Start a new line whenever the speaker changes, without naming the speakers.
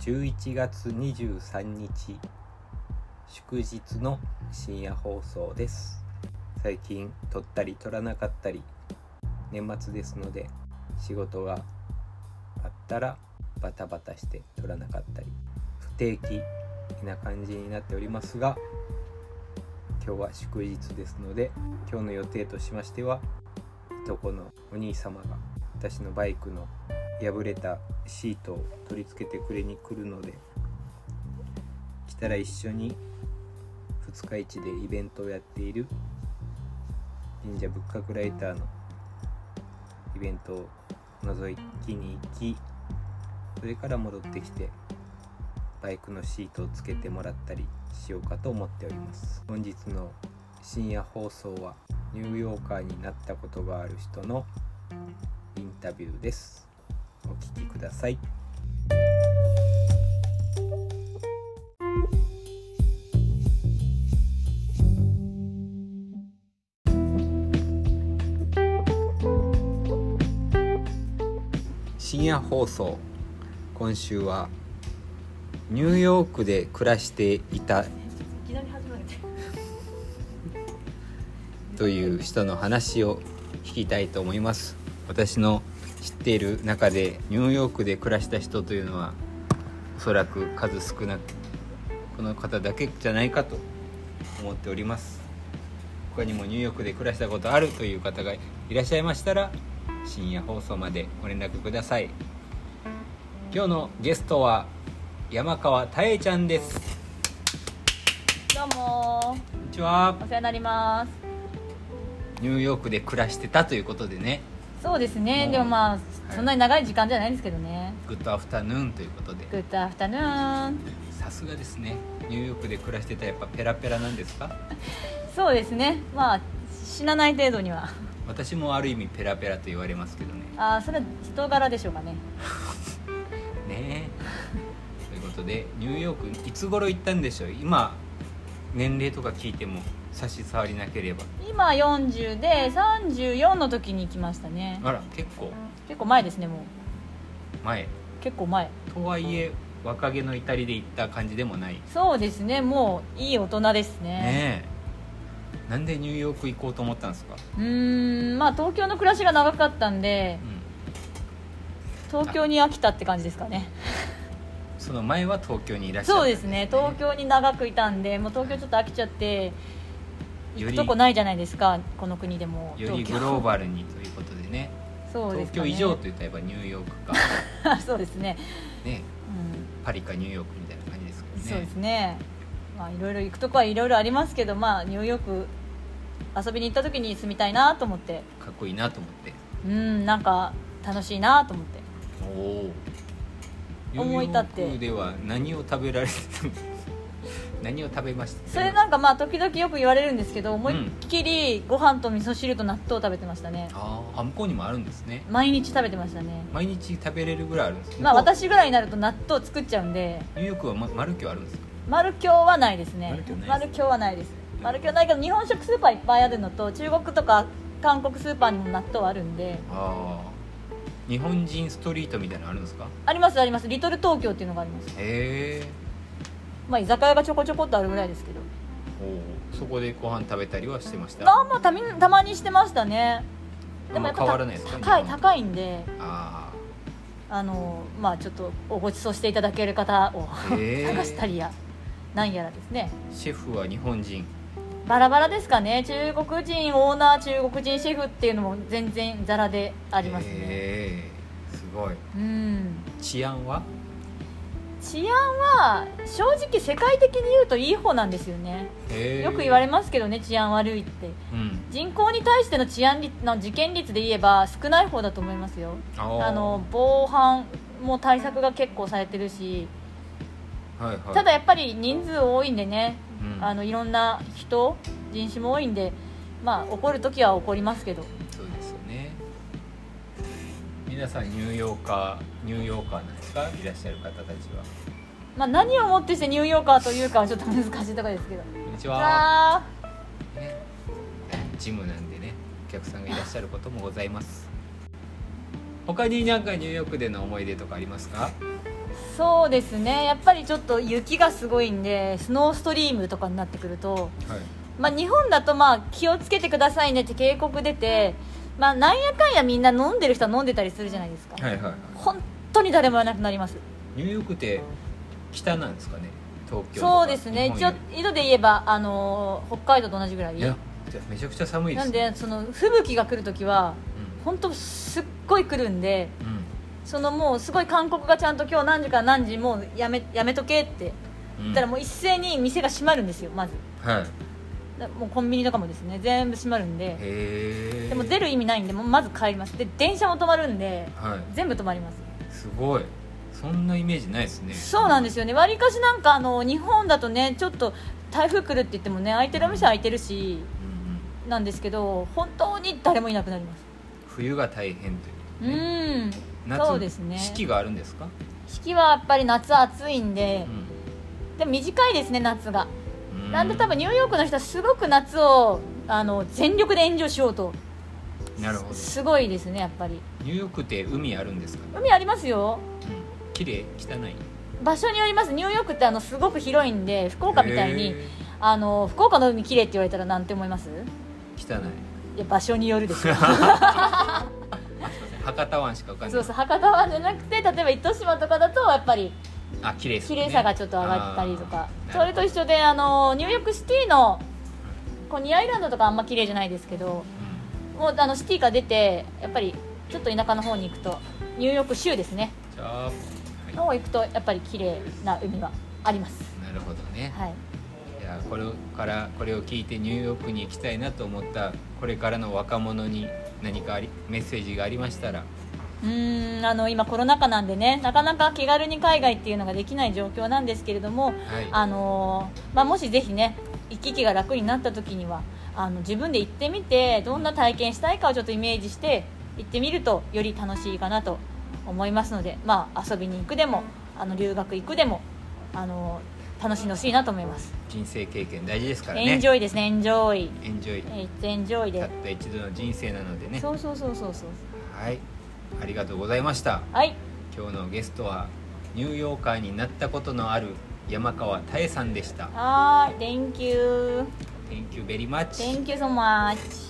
11月23日祝日の深夜放送です最近撮ったり撮らなかったり年末ですので仕事があったらバタバタして撮らなかったり不定期な感じになっておりますが今日は祝日ですので今日の予定としましてはいとこのお兄様が私のバイクの破れたシートを取り付けてくれに来るので来たら一緒に二日市でイベントをやっている神社仏閣ライターのイベントを覗きに行きそれから戻ってきてバイクのシートをつけてもらったりしようかと思っております本日の深夜放送はニューヨーカーになったことがある人のインタビューですお聞きください深夜放送今週はニューヨークで暮らしていた
いきなり始まる
という人の話を聞きたいと思います私の知っている中でニューヨークで暮らした人というのはおそらく数少なくこの方だけじゃないかと思っております他にもニューヨークで暮らしたことあるという方がいらっしゃいましたら深夜放送までご連絡ください今日のゲストは山川たえちゃんです
どうも
こんにちは
ーお世話になります
ニューヨークで暮らしてたということでね
そうですね
もう
でもまあ
い
そんなに長い時間じゃないんですけどね
グッドアフタヌーンということで
グッドアフタヌーン
さすがですねニューヨークで暮らしてたやっぱペラペラなんですか
そうですねまあ死なない程度には
私もある意味ペラペラと言われますけどね
ああそれは人柄でしょうかね
ねえということでニューヨークいつ頃行ったんでしょう今年齢とか聞いても差し障りなければ
今40で34の時に来ましたね
あら結構
結構前ですねもう
前
結構前
とはいえ若気の至りで行った感じでもないね
そうですねもういい大人ですね
えなんでニューヨーク行こうと思ったんですか、
うーんまあ東京の暮らしが長かったんで
うん、
東京に飽きたって感じですかね
その前は東京にいらっしゃった
そうですね東京に長くいたんでもう東京ちょっと飽きちゃって
よ
行
り
くとこないじゃないですかこの国でも
よりグローバルにということでね
そうで
東
すか
京
ね
以上といったらやっぱニューヨークか、
そうですね、
ね、
う
パリかニューヨークみたいな感じです
ん、
け
そ
ど
う
ね
ですねまあいろいろ行くとこはいろいろありますけどまあニューヨーク遊びに行った時に住みたいなと思って
かっこいいなと思って
うんなんか楽しいなと思って
おおニュ
思
ー
い
ヨ
立っ
ー
て
クでは何を食べられてたの 何を食べました
それなんかまあ時々よく言われるんですけど思いっきりご飯と味噌汁と納豆を食べてましたね
あーあ向こうにもあるんですね
毎日食べてましたね
毎日食べれるぐらいあるんです
まあ
向こう
私ぐらいになると納豆作っちゃうんで
ニューヨークは、ま、マルキューあるんですか
丸京はないですね
丸京ないです
丸京はないです丸京ないけど日本食スーパーいっぱいあるのと中国とか韓国スーパーにも納豆あるんで
ああ日本人ストリートみたいなのあるんですか
ありますありますリトル東京っていうのがあります
へえ
まあ居酒屋がちょこちょこっとあるぐらいですけど
そこでご飯食べたりはしてました
まあもうたみたまにしてましたね
あんま
やっぱ
変わらないですか
高い
日本
高いんで
あ
あのまあちょっとおごちそうしていただける方を
あへえ
探したりやなんやらですね
シェフは日本人
バラバラですかね中国人オーナー中国人シェフっていうのも全然ザラであ
あ
りますね
すごい
うん
治安は
治安は正直世界的に言うといい方なんですよねよく言われ
ま
ますけどね治安悪いって
す、うん、
人口に対しての治安率の事件率で言えば少ない方だと思いますよ
あ
あ
ー
の防犯も対策が結構されてるし
はいはい
ただ、やっぱり人数多いんでね
うん、
あのいろんな人人種も多いんでまあ怒るときは怒りますけど
そうですよね皆さんニューヨーカーニューヨーカーなんですかいらっしゃる方たちは
まあ何をもってしてニューヨーカーというかはちょっと難しいところですけど
こんにち
う
は、
わ
ね、ジムなんでねお客さんがいらっしゃることもございます他になんかニューヨークでの思い出とかありますか
ーそうですねやっぱりちょっと雪がすごいんでスノーストリームとかになってくると、
はい
まあ、日本だとまあ気をつけてくださいねって警告出て、まあ、なんやかんやみんな飲んでる人は飲んでたりするじゃないですか、
はいはいはい
本当に誰もいなくなります
ニューヨークって北なんですかね東京とか
そうですね
日
一
本
応
より
井戸で言えばあのー北海道と同じぐらい
いやめちゃくちゃ寒いで
な
す
ん
ね
でその吹雪が来るときは本当すっごい来るんで
うんうん
そのもうすごい韓国がちゃんと今日何時から何時もうやめやめとけって
うん
言ったらもう一斉に店が閉まるんですよまず
はいへ
だもうコンビニとかもですね全部閉まるんで
え
でも出る意味ないんでもうまず帰りますで電車も止まるんで
は
全部止まります
いすごいそんなイメージないですね
そうなんですよねわりかしなんかあの日本だとねちょっと台風来るって言ってもね空いてるお店は空いてるし
うんうん
なんですけど本当に誰もいなくなります
冬が大変というう、ね、
ん
夏
そうですね
四季があるんですか、
四季はやっぱり夏暑いんで
う、
でも短いですね夏が
ん
なんで多分ニューヨークの人はすごく夏をあの全力でエンジョイしようと
なるほど
すごいですねやっぱり
ニューヨークって海あるんですか
海ありますよ
綺麗汚い
場所によりますニューヨークってあのすごく広いんで福岡みたい
へ
に
え
あの福岡の海綺麗って言われたらなんて思います
汚い
いや場所によるですよ
博多湾しか浮かんな
そ
いう
そう博多湾じゃなくて例えば糸島とかだとやっぱり
あ綺麗です
綺
ね
麗さがちょっと上がったりとか
あー
それと一緒であのニューヨークシティのこうニアイランドとかあんま綺麗じゃないですけど
うん
もうあのシティから出てやっぱりちょっと田舎の方に行くとニューヨーク州ですね
じゃあ、は
の方行くとやっぱり綺麗な海はあります
い、なるほどね、
はい
い、やこれからこれを聞いてニューヨークに行きたいなと思ったこれからの若者に何かありメッセージがありましたら
うーんあの今コロナ禍なんでねなかなか気軽に海外っていうのができない状況なんですけれども
はい
あのーまあ、もしぜひね行き来が楽になった時にはあの自分で行ってみてどんな体験したいかをちょっとイメージして行ってみるとより楽しいかなと思いますので、まあ、遊びに行くでもあの留学行くでもあのー楽しんでほしいなと思います、
人生経験大事ですからね
エンジョイですねエンジョイ
エンジョイ
えーエンジョイ
たっ
で
た一度の人生なのでね
そうそうそうそうそう
はいありがとうございました
はい
今日のゲストはニューヨーカーになったことのある山川多恵さんでした
はーい Thank you
Thank you very much
Thank you so much